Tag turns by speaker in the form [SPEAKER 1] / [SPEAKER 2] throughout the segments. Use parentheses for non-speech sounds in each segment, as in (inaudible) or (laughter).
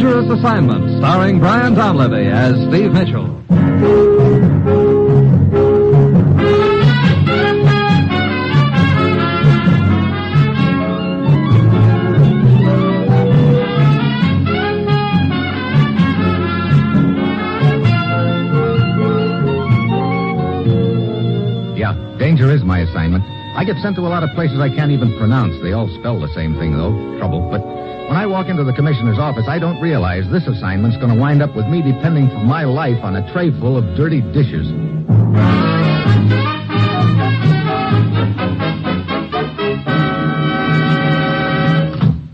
[SPEAKER 1] Assignment, starring Brian Donlevy as Steve Mitchell.
[SPEAKER 2] Yeah, danger is my assignment. I get sent to a lot of places I can't even pronounce. They all spell the same thing, though trouble. But when I walk into the commissioner's office, I don't realize this assignment's going to wind up with me depending for my life on a tray full of dirty dishes.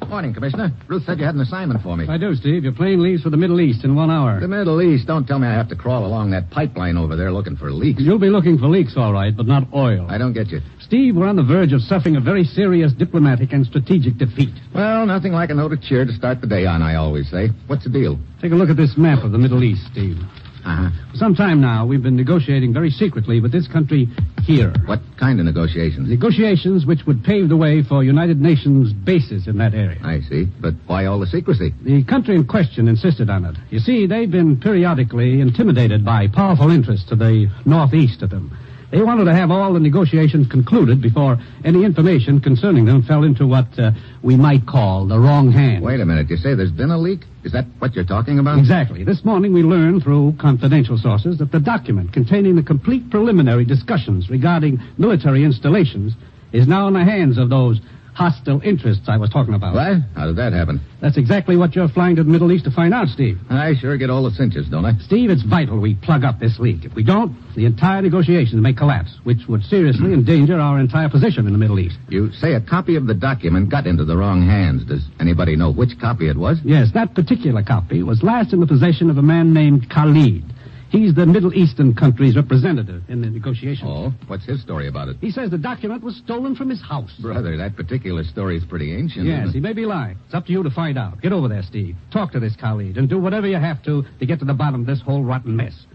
[SPEAKER 2] Morning, Commissioner. Ruth said you had an assignment for me.
[SPEAKER 3] I do, Steve. Your plane leaves for the Middle East in one hour.
[SPEAKER 2] The Middle East. Don't tell me I have to crawl along that pipeline over there looking for leaks.
[SPEAKER 3] You'll be looking for leaks, all right, but not oil.
[SPEAKER 2] I don't get you.
[SPEAKER 3] Steve, we're on the verge of suffering a very serious diplomatic and strategic defeat.
[SPEAKER 2] Well, nothing like a note of cheer to start the day on, I always say. What's the deal?
[SPEAKER 3] Take a look at this map of the Middle East, Steve.
[SPEAKER 2] Uh huh.
[SPEAKER 3] For some time now, we've been negotiating very secretly with this country here.
[SPEAKER 2] What kind of negotiations?
[SPEAKER 3] Negotiations which would pave the way for United Nations bases in that area.
[SPEAKER 2] I see. But why all the secrecy?
[SPEAKER 3] The country in question insisted on it. You see, they've been periodically intimidated by powerful interests to the northeast of them. They wanted to have all the negotiations concluded before any information concerning them fell into what uh, we might call the wrong hand.
[SPEAKER 2] Wait a minute. You say there's been a leak? Is that what you're talking about?
[SPEAKER 3] Exactly. This morning we learned through confidential sources that the document containing the complete preliminary discussions regarding military installations is now in the hands of those hostile interests I was talking about.
[SPEAKER 2] What? How did that happen?
[SPEAKER 3] That's exactly what you're flying to the Middle East to find out, Steve.
[SPEAKER 2] I sure get all the cinches, don't I?
[SPEAKER 3] Steve, it's vital we plug up this leak. If we don't, the entire negotiations may collapse, which would seriously endanger our entire position in the Middle East.
[SPEAKER 2] You say a copy of the document got into the wrong hands. Does anybody know which copy it was?
[SPEAKER 3] Yes, that particular copy was last in the possession of a man named Khalid. He's the Middle Eastern country's representative in the negotiations.
[SPEAKER 2] Oh, what's his story about it?
[SPEAKER 3] He says the document was stolen from his house.
[SPEAKER 2] Brother, that particular story's pretty ancient.
[SPEAKER 3] Yes,
[SPEAKER 2] isn't
[SPEAKER 3] he
[SPEAKER 2] it?
[SPEAKER 3] may be lying. It's up to you to find out. Get over there, Steve. Talk to this Khalid and do whatever you have to to get to the bottom of this whole rotten mess.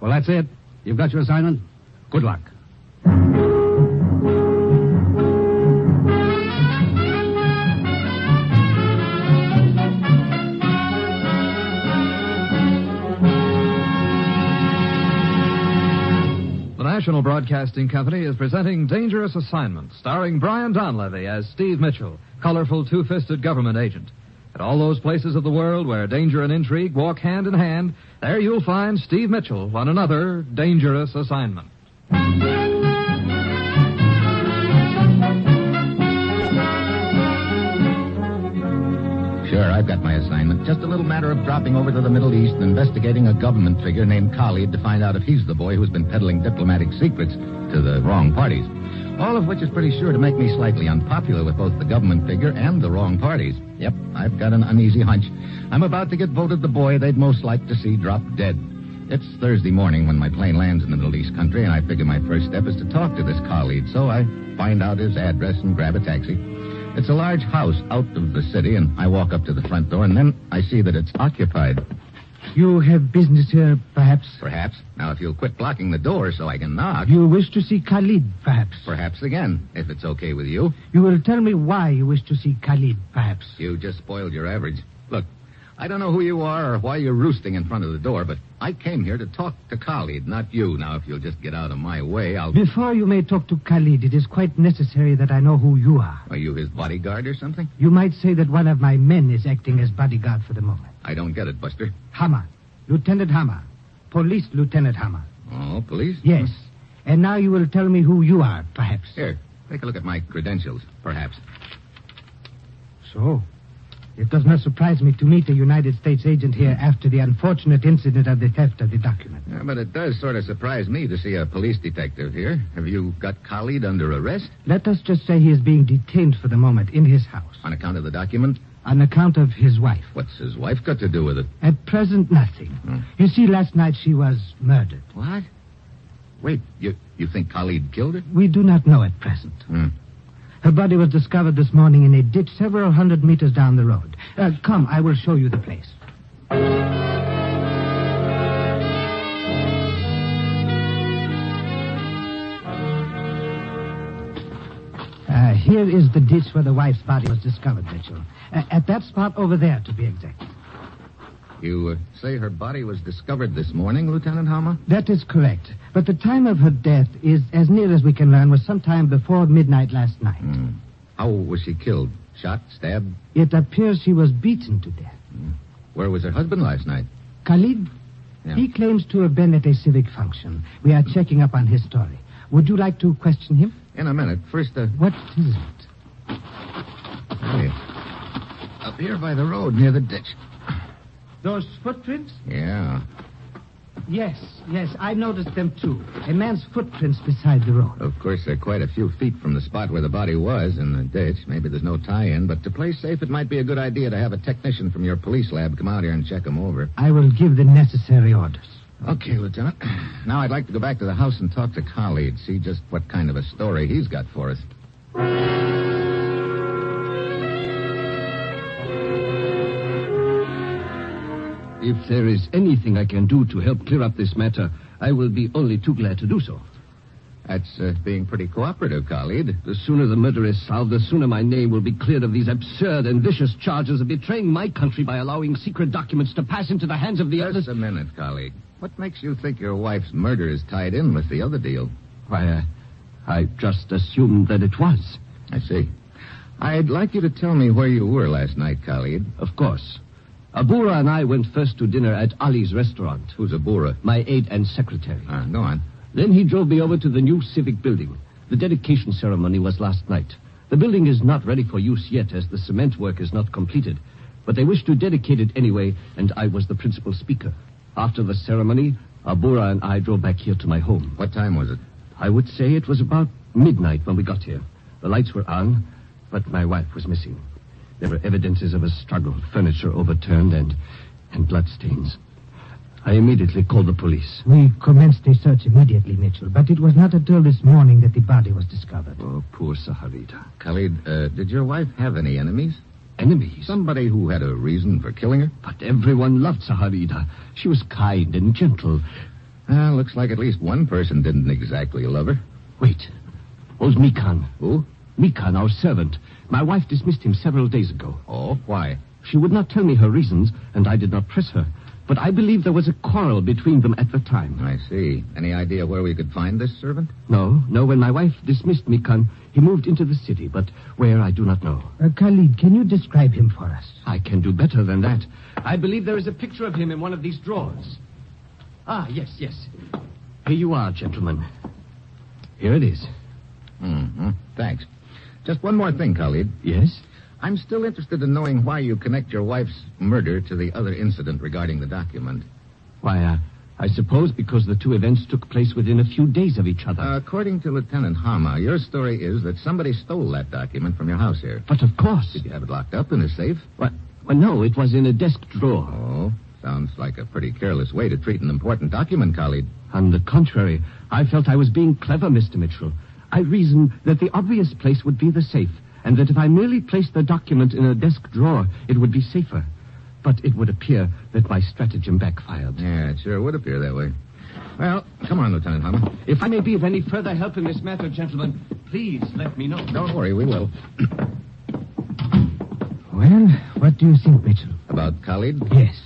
[SPEAKER 3] Well, that's it. You've got your assignment. Good luck.
[SPEAKER 1] The National Broadcasting Company is presenting Dangerous Assignment, starring Brian Donlevy as Steve Mitchell, colorful two fisted government agent. At all those places of the world where danger and intrigue walk hand in hand, there you'll find Steve Mitchell on another Dangerous Assignment.
[SPEAKER 2] Sure, I've got my assignment. Just a little matter of dropping over to the Middle East and investigating a government figure named Khalid to find out if he's the boy who's been peddling diplomatic secrets to the wrong parties. All of which is pretty sure to make me slightly unpopular with both the government figure and the wrong parties. Yep, I've got an uneasy hunch. I'm about to get voted the boy they'd most like to see drop dead. It's Thursday morning when my plane lands in the Middle East country, and I figure my first step is to talk to this colleague, so I find out his address and grab a taxi. It's a large house out of the city, and I walk up to the front door, and then I see that it's occupied.
[SPEAKER 4] You have business here, perhaps?
[SPEAKER 2] Perhaps. Now, if you'll quit blocking the door so I can knock.
[SPEAKER 4] You wish to see Khalid, perhaps?
[SPEAKER 2] Perhaps again, if it's okay with you.
[SPEAKER 4] You will tell me why you wish to see Khalid, perhaps?
[SPEAKER 2] You just spoiled your average. Look, I don't know who you are or why you're roosting in front of the door, but I came here to talk to Khalid, not you. Now, if you'll just get out of my way, I'll.
[SPEAKER 4] Before you may talk to Khalid, it is quite necessary that I know who you are.
[SPEAKER 2] Are you his bodyguard or something?
[SPEAKER 4] You might say that one of my men is acting as bodyguard for the moment.
[SPEAKER 2] I don't get it, Buster.
[SPEAKER 4] Hammer. Lieutenant Hammer. Police Lieutenant Hammer.
[SPEAKER 2] Oh, police?
[SPEAKER 4] Yes. And now you will tell me who you are, perhaps.
[SPEAKER 2] Here, take a look at my credentials, perhaps.
[SPEAKER 4] So? It does not surprise me to meet a United States agent here after the unfortunate incident of the theft of the document.
[SPEAKER 2] Yeah, but it does sort of surprise me to see a police detective here. Have you got Khalid under arrest
[SPEAKER 4] Let us just say he is being detained for the moment in his house
[SPEAKER 2] on account of the document?
[SPEAKER 4] on account of his wife.
[SPEAKER 2] What's his wife got to do with it?
[SPEAKER 4] At present, nothing.
[SPEAKER 2] Hmm.
[SPEAKER 4] You see, last night she was murdered.
[SPEAKER 2] What? Wait, you, you think Khalid killed her?
[SPEAKER 4] We do not know at present.
[SPEAKER 2] Hmm.
[SPEAKER 4] Her body was discovered this morning in a ditch several hundred meters down the road. Uh, come, I will show you the place. Uh, here is the ditch where the wife's body was discovered, Mitchell. Uh, at that spot over there, to be exact.
[SPEAKER 2] You uh, say her body was discovered this morning, Lieutenant Hama?
[SPEAKER 4] That is correct. But the time of her death is, as near as we can learn, was sometime before midnight last night.
[SPEAKER 2] How was she killed? Shot? Stabbed?
[SPEAKER 4] It appears she was beaten to death.
[SPEAKER 2] Where was her husband last night?
[SPEAKER 4] Khalid,
[SPEAKER 2] Yeah.
[SPEAKER 4] he claims to have been at a civic function. We are checking up on his story. Would you like to question him?
[SPEAKER 2] In a minute. First, uh,
[SPEAKER 4] What is it?
[SPEAKER 2] hey. Up here by the road, near the ditch.
[SPEAKER 4] Those footprints?
[SPEAKER 2] Yeah.
[SPEAKER 4] Yes, yes, I noticed them too. A man's footprints beside the road.
[SPEAKER 2] Of course, they're quite a few feet from the spot where the body was in the ditch. Maybe there's no tie in, but to play safe, it might be a good idea to have a technician from your police lab come out here and check them over.
[SPEAKER 4] I will give the necessary orders.
[SPEAKER 2] Okay, Lieutenant. (clears throat) Now I'd like to go back to the house and talk to Khalid, see just what kind of a story he's got for us.
[SPEAKER 5] If there is anything I can do to help clear up this matter, I will be only too glad to do so.
[SPEAKER 2] That's uh, being pretty cooperative, Khalid.
[SPEAKER 5] The sooner the murder is solved, the sooner my name will be cleared of these absurd and vicious charges of betraying my country by allowing secret documents to pass into the hands of the others.
[SPEAKER 2] Just a minute, Khalid. What makes you think your wife's murder is tied in with the other deal?
[SPEAKER 5] Why, uh, I just assumed that it was.
[SPEAKER 2] I see. I'd like you to tell me where you were last night, Khalid.
[SPEAKER 5] Of course. Abura and I went first to dinner at Ali's restaurant,
[SPEAKER 2] Who's a Bura?
[SPEAKER 5] my aide and secretary.
[SPEAKER 2] Uh, go on.
[SPEAKER 5] Then he drove me over to the new civic building. The dedication ceremony was last night. The building is not ready for use yet, as the cement work is not completed. But they wish to dedicate it anyway, and I was the principal speaker. After the ceremony, Abura and I drove back here to my home.
[SPEAKER 2] What time was it?
[SPEAKER 5] I would say it was about midnight when we got here. The lights were on, but my wife was missing. There were evidences of a struggle, furniture overturned, and, and bloodstains. I immediately called the police.
[SPEAKER 4] We commenced a search immediately, Mitchell, but it was not until this morning that the body was discovered.
[SPEAKER 5] Oh, poor Saharita.
[SPEAKER 2] Khalid, uh, did your wife have any enemies?
[SPEAKER 5] Enemies.
[SPEAKER 2] Somebody who had a reason for killing her?
[SPEAKER 5] But everyone loved Saharida. She was kind and gentle.
[SPEAKER 2] Uh, looks like at least one person didn't exactly love her.
[SPEAKER 5] Wait. Old Mikan.
[SPEAKER 2] Who?
[SPEAKER 5] Mikan, our servant. My wife dismissed him several days ago.
[SPEAKER 2] Oh, why?
[SPEAKER 5] She would not tell me her reasons, and I did not press her. But I believe there was a quarrel between them at the time.
[SPEAKER 2] I see. Any idea where we could find this servant?
[SPEAKER 5] No, no, when my wife dismissed Mikan, he moved into the city, but where I do not know.
[SPEAKER 4] Uh, Khalid, can you describe him for us?
[SPEAKER 5] I can do better than that. I believe there is a picture of him in one of these drawers. Ah, yes, yes. Here you are, gentlemen. Here it is.
[SPEAKER 2] Mm-hmm. Thanks. Just one more thing, Khalid.
[SPEAKER 5] Yes?
[SPEAKER 2] I'm still interested in knowing why you connect your wife's murder to the other incident regarding the document.
[SPEAKER 5] Why, uh, I suppose because the two events took place within a few days of each other.
[SPEAKER 2] Uh, according to Lieutenant Hama, your story is that somebody stole that document from your house here.
[SPEAKER 5] but of course.
[SPEAKER 2] Did you have it locked up in a safe?
[SPEAKER 5] Well, well, no, it was in a desk drawer.
[SPEAKER 2] Oh, sounds like a pretty careless way to treat an important document, Khalid.
[SPEAKER 5] On the contrary, I felt I was being clever, Mr. Mitchell. I reasoned that the obvious place would be the safe, and that if I merely placed the document in a desk drawer, it would be safer. But it would appear that my stratagem backfired.
[SPEAKER 2] Yeah, it sure would appear that way. Well, come on, Lieutenant Hama.
[SPEAKER 5] If I may be of any further help in this matter, gentlemen, please let me know.
[SPEAKER 2] Don't worry, we will.
[SPEAKER 4] Well, what do you think, Mitchell?
[SPEAKER 2] About Khalid?
[SPEAKER 4] Yes.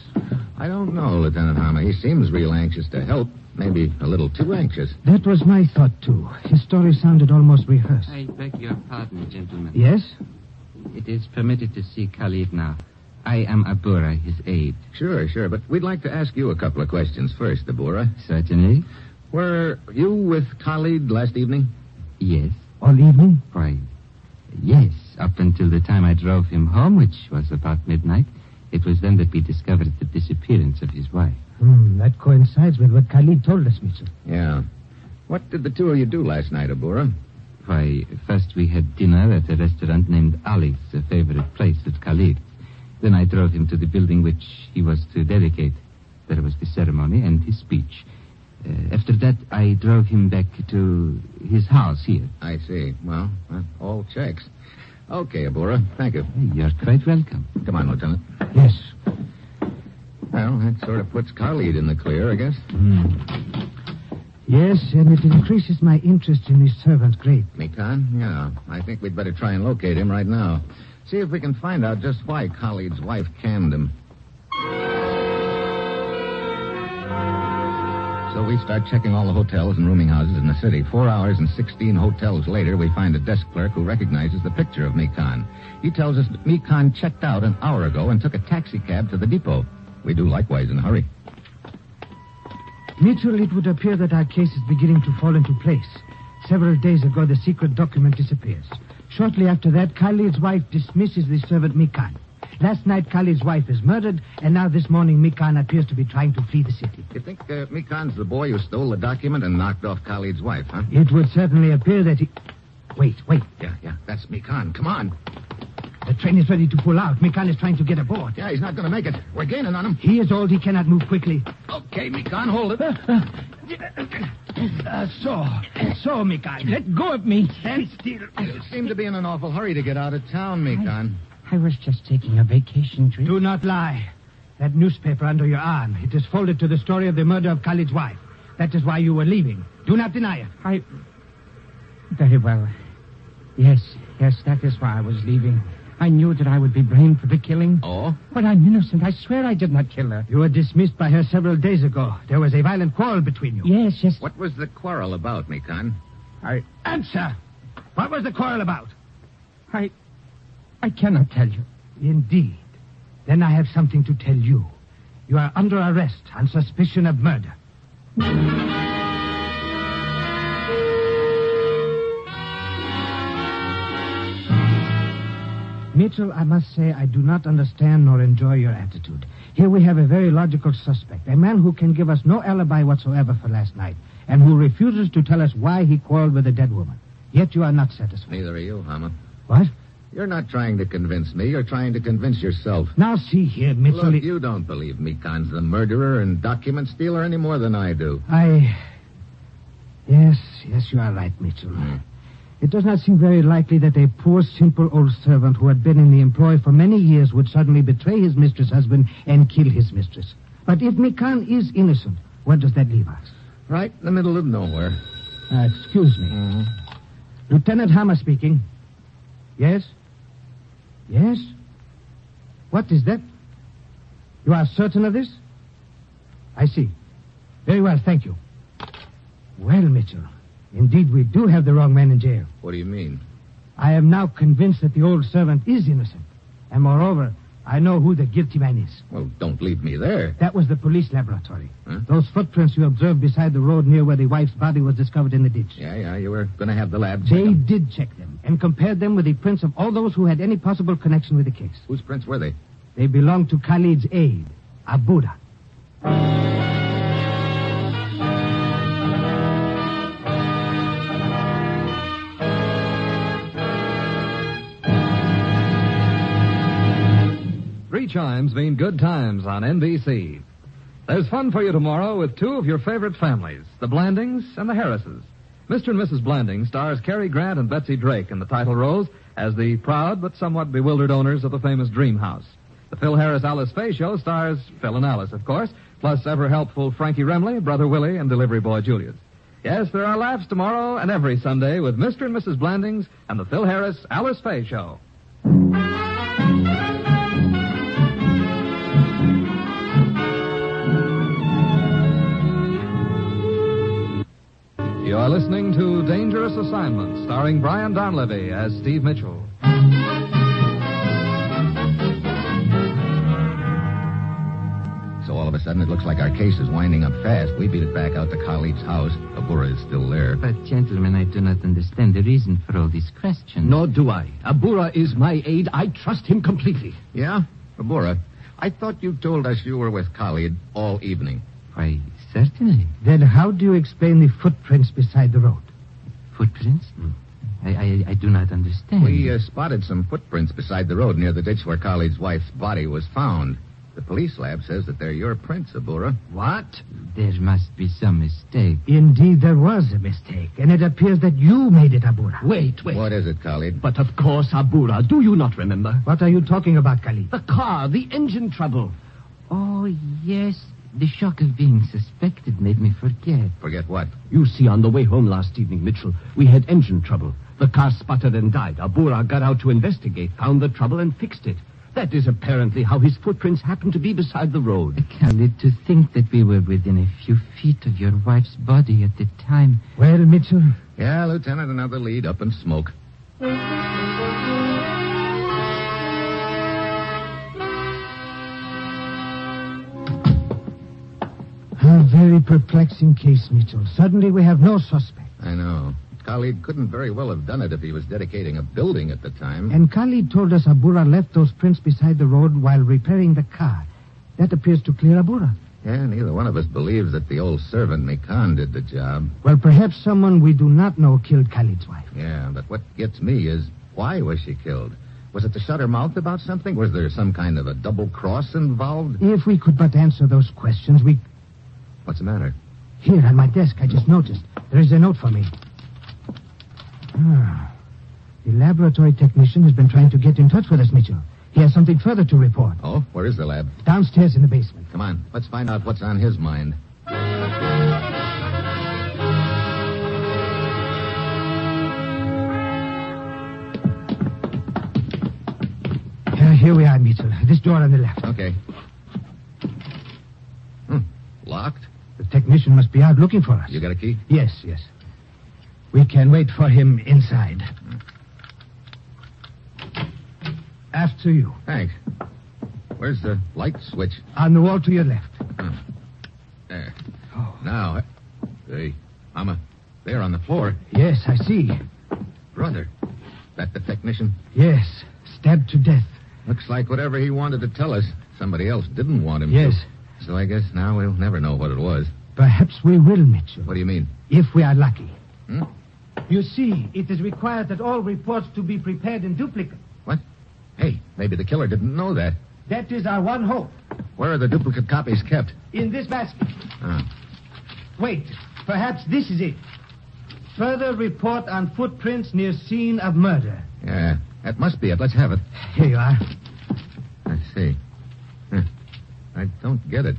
[SPEAKER 2] I don't know, Lieutenant Hama. He seems real anxious to help. Maybe a little too anxious.
[SPEAKER 4] That was my thought, too. His story sounded almost rehearsed.
[SPEAKER 6] I beg your pardon, gentlemen.
[SPEAKER 4] Yes?
[SPEAKER 6] It is permitted to see Khalid now. I am Abura, his aide.
[SPEAKER 2] Sure, sure, but we'd like to ask you a couple of questions first, Abura.
[SPEAKER 6] Certainly?
[SPEAKER 2] Were you with Khalid last evening?
[SPEAKER 6] Yes.
[SPEAKER 4] All evening?
[SPEAKER 6] Why? Yes, up until the time I drove him home, which was about midnight. It was then that we discovered the disappearance of his wife.
[SPEAKER 4] Hmm, that coincides with what Khalid told us, Mitchell.
[SPEAKER 2] Yeah. What did the two of you do last night, Abura?
[SPEAKER 6] Why, first we had dinner at a restaurant named Ali's, a favorite place of Khalid. Then I drove him to the building which he was to dedicate. There was the ceremony and his speech. Uh, after that, I drove him back to his house here.
[SPEAKER 2] I see. Well, that all checks. Okay, Abura. Thank you.
[SPEAKER 6] You're quite welcome.
[SPEAKER 2] Come on, Lieutenant.
[SPEAKER 4] Yes.
[SPEAKER 2] Well, that sort of puts Khalid in the clear, I guess.
[SPEAKER 4] Yes, and it increases my interest in his servant greatly.
[SPEAKER 2] Mikan? Yeah. I think we'd better try and locate him right now. See if we can find out just why Khalid's wife canned him. So we start checking all the hotels and rooming houses in the city. Four hours and 16 hotels later, we find a desk clerk who recognizes the picture of Mikan. He tells us that Mikan checked out an hour ago and took a taxi cab to the depot. We do likewise in a hurry.
[SPEAKER 4] Mitchell, it would appear that our case is beginning to fall into place. Several days ago, the secret document disappears. Shortly after that, Khalid's wife dismisses the servant Mikan. Last night, Khalid's wife is murdered, and now this morning, Mikan appears to be trying to flee the city.
[SPEAKER 2] You think uh, Mikan's the boy who stole the document and knocked off Khalid's wife, huh?
[SPEAKER 4] It would certainly appear that he. Wait, wait.
[SPEAKER 2] Yeah, yeah, that's Mikan. Come on.
[SPEAKER 4] The train is ready to pull out. Mikan is trying to get aboard.
[SPEAKER 2] Yeah, he's not going to make it. We're gaining on him.
[SPEAKER 4] He is old. He cannot move quickly.
[SPEAKER 2] Okay, Mikan, hold it.
[SPEAKER 4] Uh, so, so, Mikan, let go of me. Stand still.
[SPEAKER 2] You seem to be in an awful hurry to get out of town, Mikan.
[SPEAKER 7] I was just taking a vacation trip.
[SPEAKER 4] Do not lie. That newspaper under your arm, it is folded to the story of the murder of Khalid's wife. That is why you were leaving. Do not deny it.
[SPEAKER 7] I. Very well. Yes, yes, that is why I was leaving. I knew that I would be blamed for the killing.
[SPEAKER 2] Oh?
[SPEAKER 7] But I'm innocent. I swear I did not kill her.
[SPEAKER 4] You were dismissed by her several days ago. There was a violent quarrel between you.
[SPEAKER 7] Yes, yes.
[SPEAKER 2] What was the quarrel about, Mikan?
[SPEAKER 7] I.
[SPEAKER 4] Answer! What was the quarrel about?
[SPEAKER 7] I. I cannot tell you.
[SPEAKER 4] Indeed. Then I have something to tell you. You are under arrest on suspicion of murder. Mitchell, I must say I do not understand nor enjoy your attitude. Here we have a very logical suspect, a man who can give us no alibi whatsoever for last night, and who refuses to tell us why he quarreled with the dead woman. Yet you are not satisfied.
[SPEAKER 2] Neither are you, Hama.
[SPEAKER 4] What?
[SPEAKER 2] You're not trying to convince me. You're trying to convince yourself.
[SPEAKER 4] Now see here, Mitchell.
[SPEAKER 2] Look, you don't believe Mikan's the murderer and document stealer any more than I do.
[SPEAKER 4] I. Yes, yes, you are right, Mitchell. It does not seem very likely that a poor, simple old servant who had been in the employ for many years would suddenly betray his mistress husband and kill his mistress. But if Mikan is innocent, where does that leave us?
[SPEAKER 2] Right in the middle of nowhere.
[SPEAKER 4] Uh, excuse me. Lieutenant Hammer speaking. Yes? Yes? What is that? You are certain of this? I see. Very well, thank you. Well, Mitchell, indeed we do have the wrong man in jail.
[SPEAKER 2] What do you mean?
[SPEAKER 4] I am now convinced that the old servant is innocent. And moreover, I know who the guilty man is.
[SPEAKER 2] Well, don't leave me there.
[SPEAKER 4] That was the police laboratory.
[SPEAKER 2] Huh?
[SPEAKER 4] Those footprints you observed beside the road near where the wife's body was discovered in the ditch.
[SPEAKER 2] Yeah, yeah, you were going to have the lab check
[SPEAKER 4] They
[SPEAKER 2] 'em.
[SPEAKER 4] did check them and compared them with the prints of all those who had any possible connection with the case.
[SPEAKER 2] Whose prints were they?
[SPEAKER 4] They belong to Khalid's aide, Abuda.
[SPEAKER 1] Three chimes mean good times on NBC. There's fun for you tomorrow with two of your favorite families, the Blandings and the Harrises. Mr. and Mrs. Blanding stars Cary Grant and Betsy Drake in the title roles as the proud but somewhat bewildered owners of the famous Dream House. The Phil Harris Alice Faye show stars Phil and Alice, of course, plus ever helpful Frankie Remley, Brother Willie, and delivery boy Julius. Yes, there are laughs tomorrow and every Sunday with Mr. and Mrs. Blandings and the Phil Harris Alice Faye show. You are listening to Dangerous Assignment, starring Brian Donlevy as Steve Mitchell.
[SPEAKER 2] So all of a sudden, it looks like our case is winding up fast. We beat it back out to Khalid's house. Abura is still there.
[SPEAKER 6] But, gentlemen, I do not understand the reason for all these questions.
[SPEAKER 5] Nor do I. Abura is my aide. I trust him completely.
[SPEAKER 2] Yeah? Abura, I thought you told us you were with Khalid all evening.
[SPEAKER 6] Why, certainly.
[SPEAKER 4] Then how do you explain the footprints beside the road?
[SPEAKER 6] Footprints?
[SPEAKER 5] Hmm.
[SPEAKER 6] I, I, I do not understand.
[SPEAKER 2] We uh, spotted some footprints beside the road near the ditch where Khalid's wife's body was found. The police lab says that they're your prints, Abura.
[SPEAKER 5] What?
[SPEAKER 6] There must be some mistake.
[SPEAKER 4] Indeed, there was a mistake, and it appears that you made it, Abura.
[SPEAKER 5] Wait, wait.
[SPEAKER 2] What is it, Khalid?
[SPEAKER 5] But of course, Abura, do you not remember?
[SPEAKER 4] What are you talking about, Khalid?
[SPEAKER 5] The car, the engine trouble.
[SPEAKER 6] Oh, yes. The shock of being suspected made me forget.
[SPEAKER 2] Forget what?
[SPEAKER 5] You see, on the way home last evening, Mitchell, we had engine trouble. The car sputtered and died. Abura got out to investigate, found the trouble, and fixed it. That is apparently how his footprints happened to be beside the road.
[SPEAKER 6] Khalid, to think that we were within a few feet of your wife's body at the time.
[SPEAKER 4] Well, Mitchell,
[SPEAKER 2] Yeah, Lieutenant, another lead up in smoke.
[SPEAKER 4] a very perplexing case, Mitchell. Suddenly we have no suspect.
[SPEAKER 2] I know. Khalid couldn't very well have done it if he was dedicating a building at the time.
[SPEAKER 4] And Khalid told us Abura left those prints beside the road while repairing the car. That appears to clear Abura.
[SPEAKER 2] Yeah, neither one of us believes that the old servant, Mikan, did the job.
[SPEAKER 4] Well, perhaps someone we do not know killed Khalid's wife.
[SPEAKER 2] Yeah, but what gets me is why was she killed? Was it to shut her mouth about something? Was there some kind of a double cross involved?
[SPEAKER 4] If we could but answer those questions, we.
[SPEAKER 2] What's the matter?
[SPEAKER 4] Here on my desk, I just noticed there is a note for me. Ah. The laboratory technician has been trying to get in touch with us, Mitchell. He has something further to report.
[SPEAKER 2] Oh, where is the lab?
[SPEAKER 4] Downstairs in the basement.
[SPEAKER 2] Come on, let's find out what's on his mind.
[SPEAKER 4] Uh, here we are, Mitchell. This door on the left.
[SPEAKER 2] Okay. Hmm. Locked?
[SPEAKER 4] The technician must be out looking for us.
[SPEAKER 2] You got a key?
[SPEAKER 4] Yes, yes. We can wait for him inside. After you.
[SPEAKER 2] Thanks. Where's the light switch?
[SPEAKER 4] On the wall to your left.
[SPEAKER 2] There.
[SPEAKER 4] Oh.
[SPEAKER 2] Now, hey, Mama, there on the floor.
[SPEAKER 4] Yes, I see.
[SPEAKER 2] Brother, that the technician?
[SPEAKER 4] Yes. Stabbed to death.
[SPEAKER 2] Looks like whatever he wanted to tell us, somebody else didn't want him
[SPEAKER 4] Yes.
[SPEAKER 2] to. So I guess now we'll never know what it was.
[SPEAKER 4] Perhaps we will, Mitchell,
[SPEAKER 2] What do you mean?
[SPEAKER 4] if we are lucky.
[SPEAKER 2] Hmm?
[SPEAKER 7] You see, it is required that all reports to be prepared in duplicate.
[SPEAKER 2] What? Hey, maybe the killer didn't know that.
[SPEAKER 7] That is our one hope.
[SPEAKER 2] Where are the duplicate copies kept?
[SPEAKER 7] In this basket.
[SPEAKER 2] Ah,
[SPEAKER 7] Wait, perhaps this is it. Further report on footprints near scene of murder.
[SPEAKER 2] yeah, that must be it. Let's have it.
[SPEAKER 4] Here you are.
[SPEAKER 2] I see. Huh. I don't get it.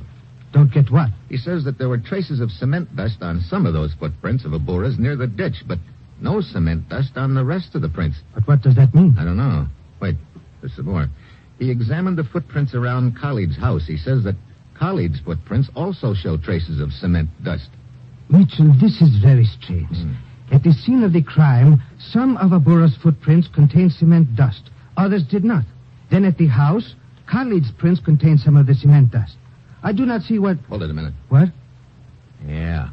[SPEAKER 4] Don't get what?
[SPEAKER 2] He says that there were traces of cement dust on some of those footprints of Abura's near the ditch, but no cement dust on the rest of the prints.
[SPEAKER 4] But what does that mean?
[SPEAKER 2] I don't know. Wait, there's some more. He examined the footprints around Khalid's house. He says that Khalid's footprints also show traces of cement dust.
[SPEAKER 4] Mitchell, this is very strange.
[SPEAKER 5] Hmm.
[SPEAKER 4] At the scene of the crime, some of Abura's footprints contained cement dust, others did not. Then at the house, Khalid's prints contained some of the cement dust. I do not see what.
[SPEAKER 2] Hold it a minute.
[SPEAKER 4] What?
[SPEAKER 2] Yeah.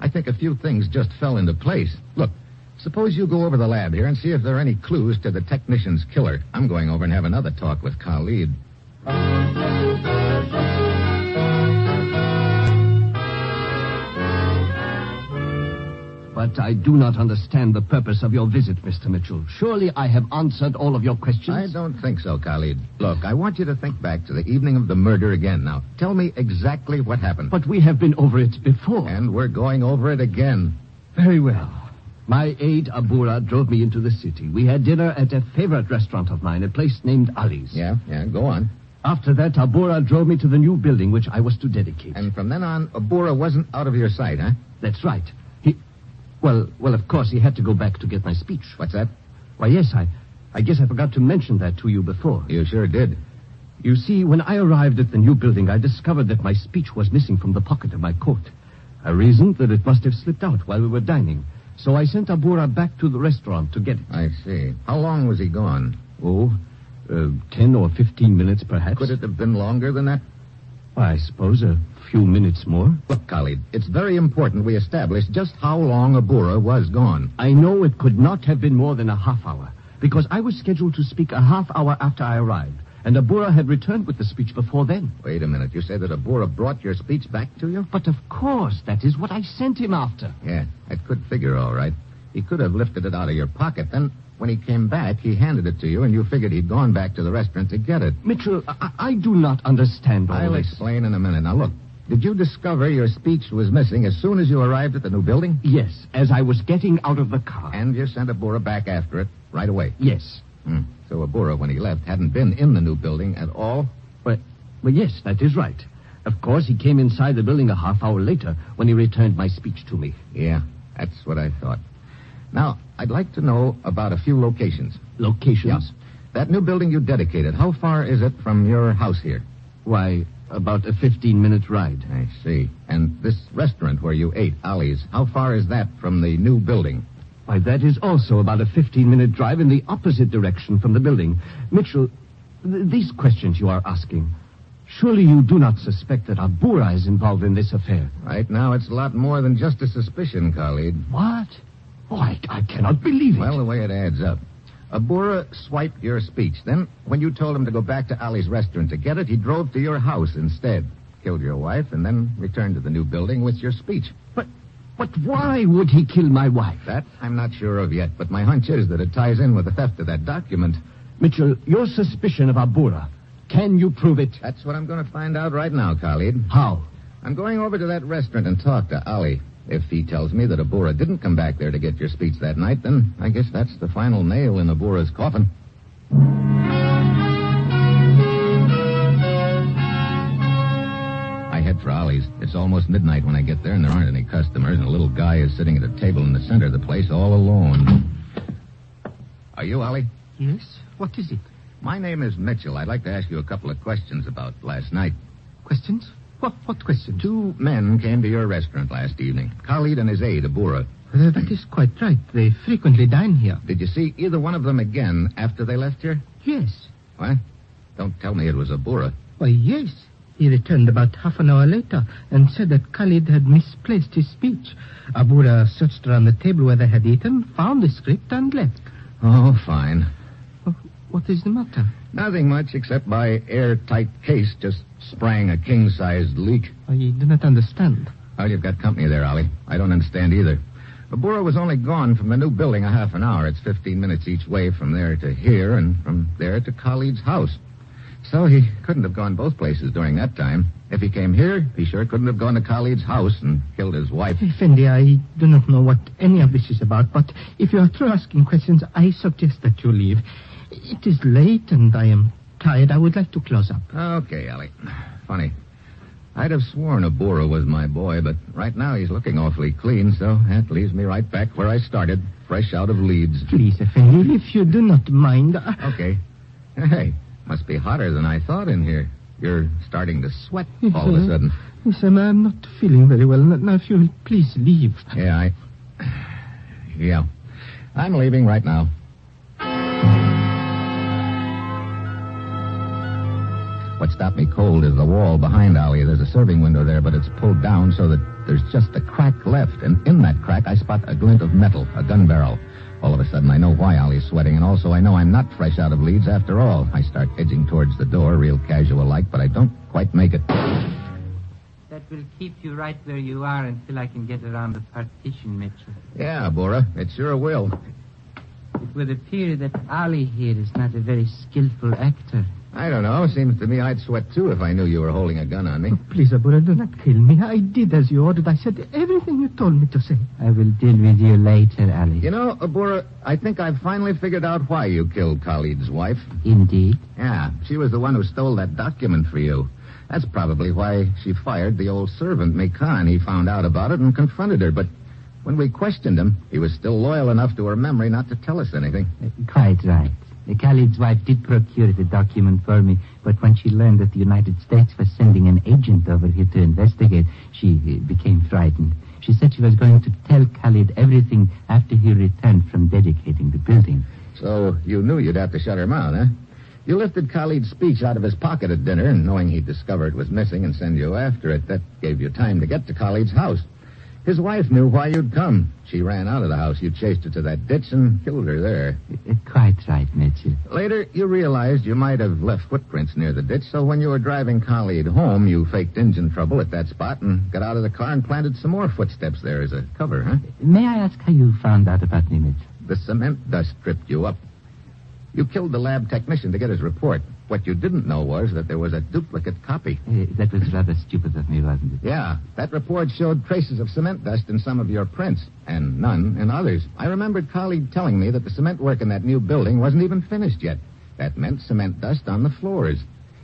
[SPEAKER 2] I think a few things just fell into place. Look, suppose you go over the lab here and see if there are any clues to the technician's killer. I'm going over and have another talk with Khalid.
[SPEAKER 5] But I do not understand the purpose of your visit, Mr. Mitchell. Surely I have answered all of your
[SPEAKER 2] I
[SPEAKER 5] questions.
[SPEAKER 2] don't think so, Khalid. Look, I want you to think back to the evening of the murder again. Now, tell me exactly what happened.
[SPEAKER 5] But we have been over it before.
[SPEAKER 2] And we're going over it again.
[SPEAKER 5] Very well. My aide, Abura, drove me into the city. We had dinner at a favorite restaurant of mine, a place named Ali's.
[SPEAKER 2] Yeah, yeah, go on.
[SPEAKER 5] After that, Abura drove me to the new building which I was to dedicate.
[SPEAKER 2] And from then on, Abura wasn't out of your sight, huh?
[SPEAKER 5] That's right. He. Well, well, of course, he had to go back to get my speech.
[SPEAKER 2] What's that?
[SPEAKER 5] Why, yes, I. I guess I forgot to mention that to you before.
[SPEAKER 2] You sure did.
[SPEAKER 5] You see, when I arrived at the new building, I discovered that my speech was missing from the pocket of my coat. I reasoned that it must have slipped out while we were dining, so I sent Abura back to the restaurant to get it.
[SPEAKER 2] I see. How long was he gone?
[SPEAKER 5] Oh, uh, ten or fifteen minutes, perhaps.
[SPEAKER 2] Could it have been longer than that?
[SPEAKER 5] I suppose a few minutes more.
[SPEAKER 2] Look, Khalid, it's very important we establish just how long Abura was gone.
[SPEAKER 5] I know it could not have been more than a half hour, because I was scheduled to speak a half hour after I arrived, and Abura had returned with the speech before then.
[SPEAKER 2] Wait a minute. You say that Abura brought your speech back to you?
[SPEAKER 5] But of course, that is what I sent him after.
[SPEAKER 2] Yeah, that could figure all right. He could have lifted it out of your pocket. Then, when he came back, he handed it to you, and you figured he'd gone back to the restaurant to get it.
[SPEAKER 5] Mitchell, I, I do not understand all
[SPEAKER 2] I'll
[SPEAKER 5] this.
[SPEAKER 2] explain in a minute. Now, look, did you discover your speech was missing as soon as you arrived at the new building?
[SPEAKER 5] Yes, as I was getting out of the car.
[SPEAKER 2] And you sent Abura back after it right away.
[SPEAKER 5] Yes.
[SPEAKER 2] Hmm. So Abura, when he left, hadn't been in the new building at all?
[SPEAKER 5] Well, well, yes, that is right. Of course, he came inside the building a half hour later when he returned my speech to me.
[SPEAKER 2] Yeah, that's what I thought. Now, I'd like to know about a few locations.
[SPEAKER 5] Locations.
[SPEAKER 2] Yeah. That new building you dedicated, how far is it from your house here?
[SPEAKER 8] Why, about a 15 minute ride.
[SPEAKER 2] I see. And this restaurant where you ate, Ollie's, how far is that from the new building?
[SPEAKER 8] Why, that is also about a 15 minute drive in the opposite direction from the building. Mitchell, th- these questions you are asking. Surely you do not suspect that Abura is involved in this affair.
[SPEAKER 2] Right now, it's a lot more than just a suspicion, Khalid.
[SPEAKER 8] What? Oh, I, I cannot believe it.
[SPEAKER 2] Well, the way it adds up. Abura swiped your speech. Then, when you told him to go back to Ali's restaurant to get it, he drove to your house instead. Killed your wife and then returned to the new building with your speech.
[SPEAKER 8] but, but why would he kill my wife?
[SPEAKER 2] That I'm not sure of yet, but my hunch is that it ties in with the theft of that document.
[SPEAKER 8] Mitchell, your suspicion of Abura, can you prove it?
[SPEAKER 2] That's what I'm going to find out right now, Khalid.
[SPEAKER 8] How?
[SPEAKER 2] I'm going over to that restaurant and talk to Ali. If he tells me that Abura didn't come back there to get your speech that night, then I guess that's the final nail in Abura's coffin. I head for Ollie's. It's almost midnight when I get there, and there aren't any customers, and a little guy is sitting at a table in the center of the place all alone. Are you Ollie?
[SPEAKER 4] Yes? What is it?
[SPEAKER 2] My name is Mitchell. I'd like to ask you a couple of questions about last night.
[SPEAKER 4] Questions? What, what questions?
[SPEAKER 2] Two men came to your restaurant last evening. Khalid and his aide, Abura.
[SPEAKER 4] Uh, that is quite right. They frequently dine here.
[SPEAKER 2] Did you see either one of them again after they left here?
[SPEAKER 4] Yes.
[SPEAKER 2] What? Don't tell me it was Abura.
[SPEAKER 4] Why, Oh, yes. He returned about half an hour later and said that Khalid had misplaced his speech. Abura searched around the table where they had eaten, found the script, and left.
[SPEAKER 2] Oh, fine.
[SPEAKER 4] Oh, What is the matter?
[SPEAKER 2] Nothing much except my airtight case just sprang a king-sized leak.
[SPEAKER 4] I do not understand.
[SPEAKER 2] Well, you've got company there, Ollie. I don't understand either. Abura was only gone from the new building a half an hour. It's 15 minutes each way from there to here and from there to Khalid's house. So he couldn't have gone both places during that time. If he came here, he sure couldn't have gone to Khalid's house and killed his wife.
[SPEAKER 4] Effendi, I do not know what any of this is about, but if you are through asking questions, I suggest that you leave. It is late and I am tired. I would like to close up.
[SPEAKER 2] Okay, Ellie. Funny. I'd have sworn Abura was my boy, but right now he's looking awfully clean, so that leaves me right back where I started, fresh out of Leeds.
[SPEAKER 4] Please, Effendi, if you do not mind. I-
[SPEAKER 2] Okay. Hey, must be hotter than I thought in here. You're starting to sweat
[SPEAKER 4] Yes,
[SPEAKER 2] all of a
[SPEAKER 4] sir.
[SPEAKER 2] sudden.
[SPEAKER 4] Yes, I'm, I'm not feeling very well. Now, if you will please leave.
[SPEAKER 2] Yeah, I. Yeah. I'm leaving right now. What stopped me cold is the wall behind Ollie. There's a serving window there, but it's pulled down so that there's just a crack left. And in that crack, I spot a glint of metal, a gun barrel. All of a sudden, I know why Ollie's sweating, and also I know I'm not fresh out of Leeds after all. I start edging towards the door, real casual like, but I don't quite make it.
[SPEAKER 5] That will keep you right where you are until I can get around the partition, Mitchell.
[SPEAKER 2] Yeah, Bora, it sure will.
[SPEAKER 5] It would appear that Ali here is not a very skillful actor.
[SPEAKER 2] I don't know. Seems to me I'd sweat too if I knew you were holding a gun on me.
[SPEAKER 4] Please, Abura, do not kill me. I did as you ordered. I said everything you told me to say.
[SPEAKER 5] I will deal with you later, Ali.
[SPEAKER 2] You know, Abura, I think I've finally figured out why you killed Khalid's wife.
[SPEAKER 5] Indeed.
[SPEAKER 2] Yeah, she was the one who stole that document for you. That's probably why she fired the old servant, Mikan. He found out about it and confronted her, but when we questioned him, he was still loyal enough to her memory not to tell us anything.
[SPEAKER 5] Uh, Quite right. Uh, Khalid's wife did procure the document for me, but when she learned that the United States was sending an agent over here to investigate, she uh, became frightened. She said she was going to tell Khalid everything after he returned from dedicating the building.
[SPEAKER 2] So you knew you'd have to shut her mouth, huh? You lifted Khalid's speech out of his pocket at dinner, and knowing he'd discover it was missing and send you after it, that gave you time to get to Khalid's house. His wife knew why you'd come. She ran out of the house. You chased her to that ditch and killed her there.
[SPEAKER 5] Uh, Quite right, Mitchell.
[SPEAKER 2] Later, you realized you might have left footprints near the ditch, so when you were driving Khalid home, you faked engine trouble at that spot and got out of the car and planted some more footsteps there as a cover, huh?
[SPEAKER 5] May I ask how you found out about me, Mitchell?
[SPEAKER 2] The cement dust tripped you up. You killed the lab technician to get his report. What you didn't know was that there was a duplicate copy.
[SPEAKER 5] Uh, that was rather stupid of me, wasn't it?
[SPEAKER 2] Yeah, that report showed traces of cement dust in some of your prints, and none in others. I remembered colleague telling me that the cement work in that new building wasn't even finished yet. That meant cement dust on the floors.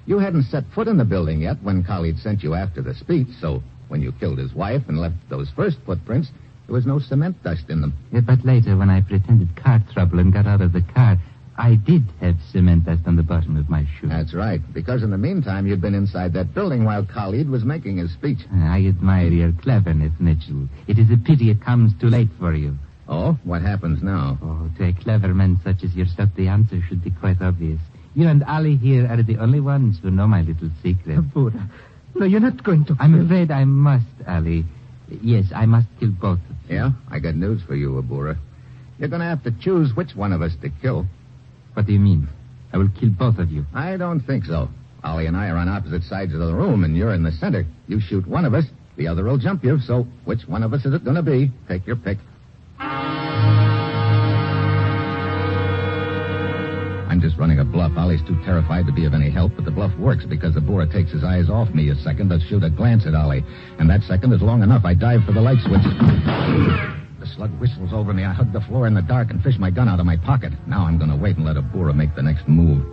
[SPEAKER 2] You hadn't set foot in the building yet when colleague sent you after the speech, so when you killed his wife and left those first footprints, there was no cement dust in them.
[SPEAKER 5] Uh, Yeah, but later, when I pretended car trouble and got out of the car,
[SPEAKER 9] I did have cement dust on the bottom of my shoe.
[SPEAKER 2] That's right, because in the meantime, you'd been inside that building while Khalid was making his speech.
[SPEAKER 9] I admire your cleverness, Mitchell. It is a pity it comes too late for you.
[SPEAKER 2] Oh, what happens now?
[SPEAKER 9] Oh, to a clever man such as yourself, the answer should be quite obvious. You and Ali here are the only ones who know my little secret.
[SPEAKER 7] Abura. No, you're not going to.
[SPEAKER 9] I'm afraid I must, Ali. Yes, I must kill both. of you.
[SPEAKER 2] Yeah, I got news for you, Abura. You're going to have to choose which one of us to kill.
[SPEAKER 9] What do you mean? I will kill both of you.
[SPEAKER 2] I don't think so. Ollie and I are on opposite sides of the room, and you're in the center. You shoot one of us, the other will jump you. So, which one of us is it going to be? Take your pick. I'm just running a bluff. Ollie's too terrified to be of any help, but the bluff works because the boar takes his eyes off me a second to shoot a glance at Ollie. And that second is long enough. I dive for the light switch. The slug whistles over me. I hug the floor in the dark and fish my gun out of my pocket. Now I'm going to wait and let a boar make the next move.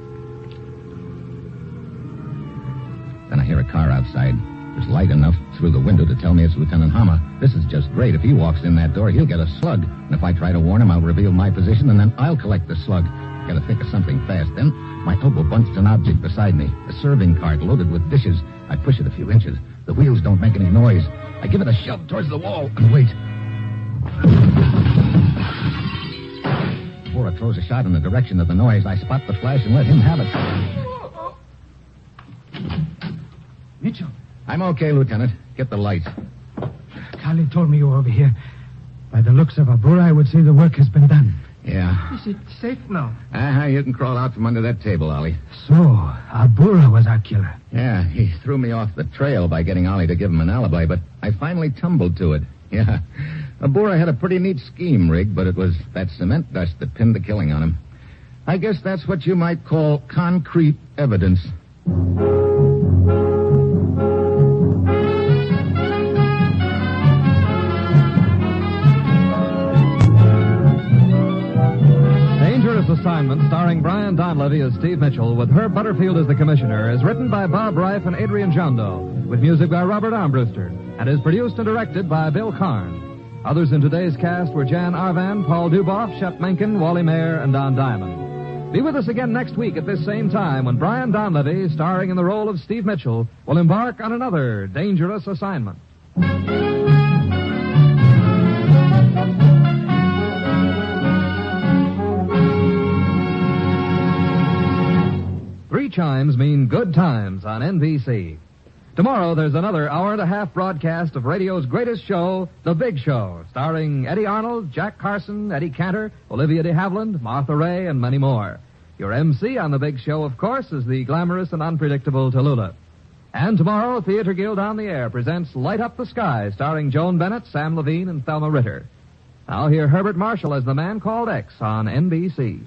[SPEAKER 2] Then I hear a car outside. There's light enough through the window to tell me it's Lieutenant Hama. This is just great. If he walks in that door, he'll get a slug. And if I try to warn him, I'll reveal my position, and then I'll collect the slug. Gotta think of something fast. Then my elbow bunched an object beside me. A serving cart loaded with dishes. I push it a few inches. The wheels don't make any noise. I give it a shove towards the wall (clears throat) and wait. Bora throws a shot in the direction of the noise. I spot the flash and let him have it.
[SPEAKER 4] Mitchell,
[SPEAKER 2] I'm okay, Lieutenant. Get the lights.
[SPEAKER 4] Khalid told me you were over here. By the looks of Abura, I would say the work has been done.
[SPEAKER 2] Yeah.
[SPEAKER 7] Is it safe now?
[SPEAKER 2] Uh-huh, you can crawl out from under that table, Ollie.
[SPEAKER 4] So, Abura was our killer.
[SPEAKER 2] Yeah, he threw me off the trail by getting Ollie to give him an alibi, but I finally tumbled to it. (laughs) Yeah. Abura had a pretty neat scheme rigged, but it was that cement dust that pinned the killing on him. I guess that's what you might call concrete evidence.
[SPEAKER 1] Dangerous Assignment, starring Brian Donlevy as Steve Mitchell, with Herb Butterfield as the commissioner, is written by Bob Reif and Adrian Jondo, with music by Robert Armbruster, and is produced and directed by Bill Karn. Others in today's cast were Jan Arvan, Paul Duboff, Shep Menken, Wally Mayer, and Don Diamond. Be with us again next week at this same time when Brian Donlevy, starring in the role of Steve Mitchell, will embark on another dangerous assignment. Three chimes mean good times on NBC. Tomorrow there's another hour and a half broadcast of radio's greatest show, The Big Show, starring Eddie Arnold, Jack Carson, Eddie Cantor, Olivia de Havilland, Martha Ray, and many more. Your MC on The Big Show, of course, is the glamorous and unpredictable Tallulah. And tomorrow, Theater Guild on the Air presents Light Up the Sky, starring Joan Bennett, Sam Levine, and Thelma Ritter. Now hear Herbert Marshall as the man called X on NBC.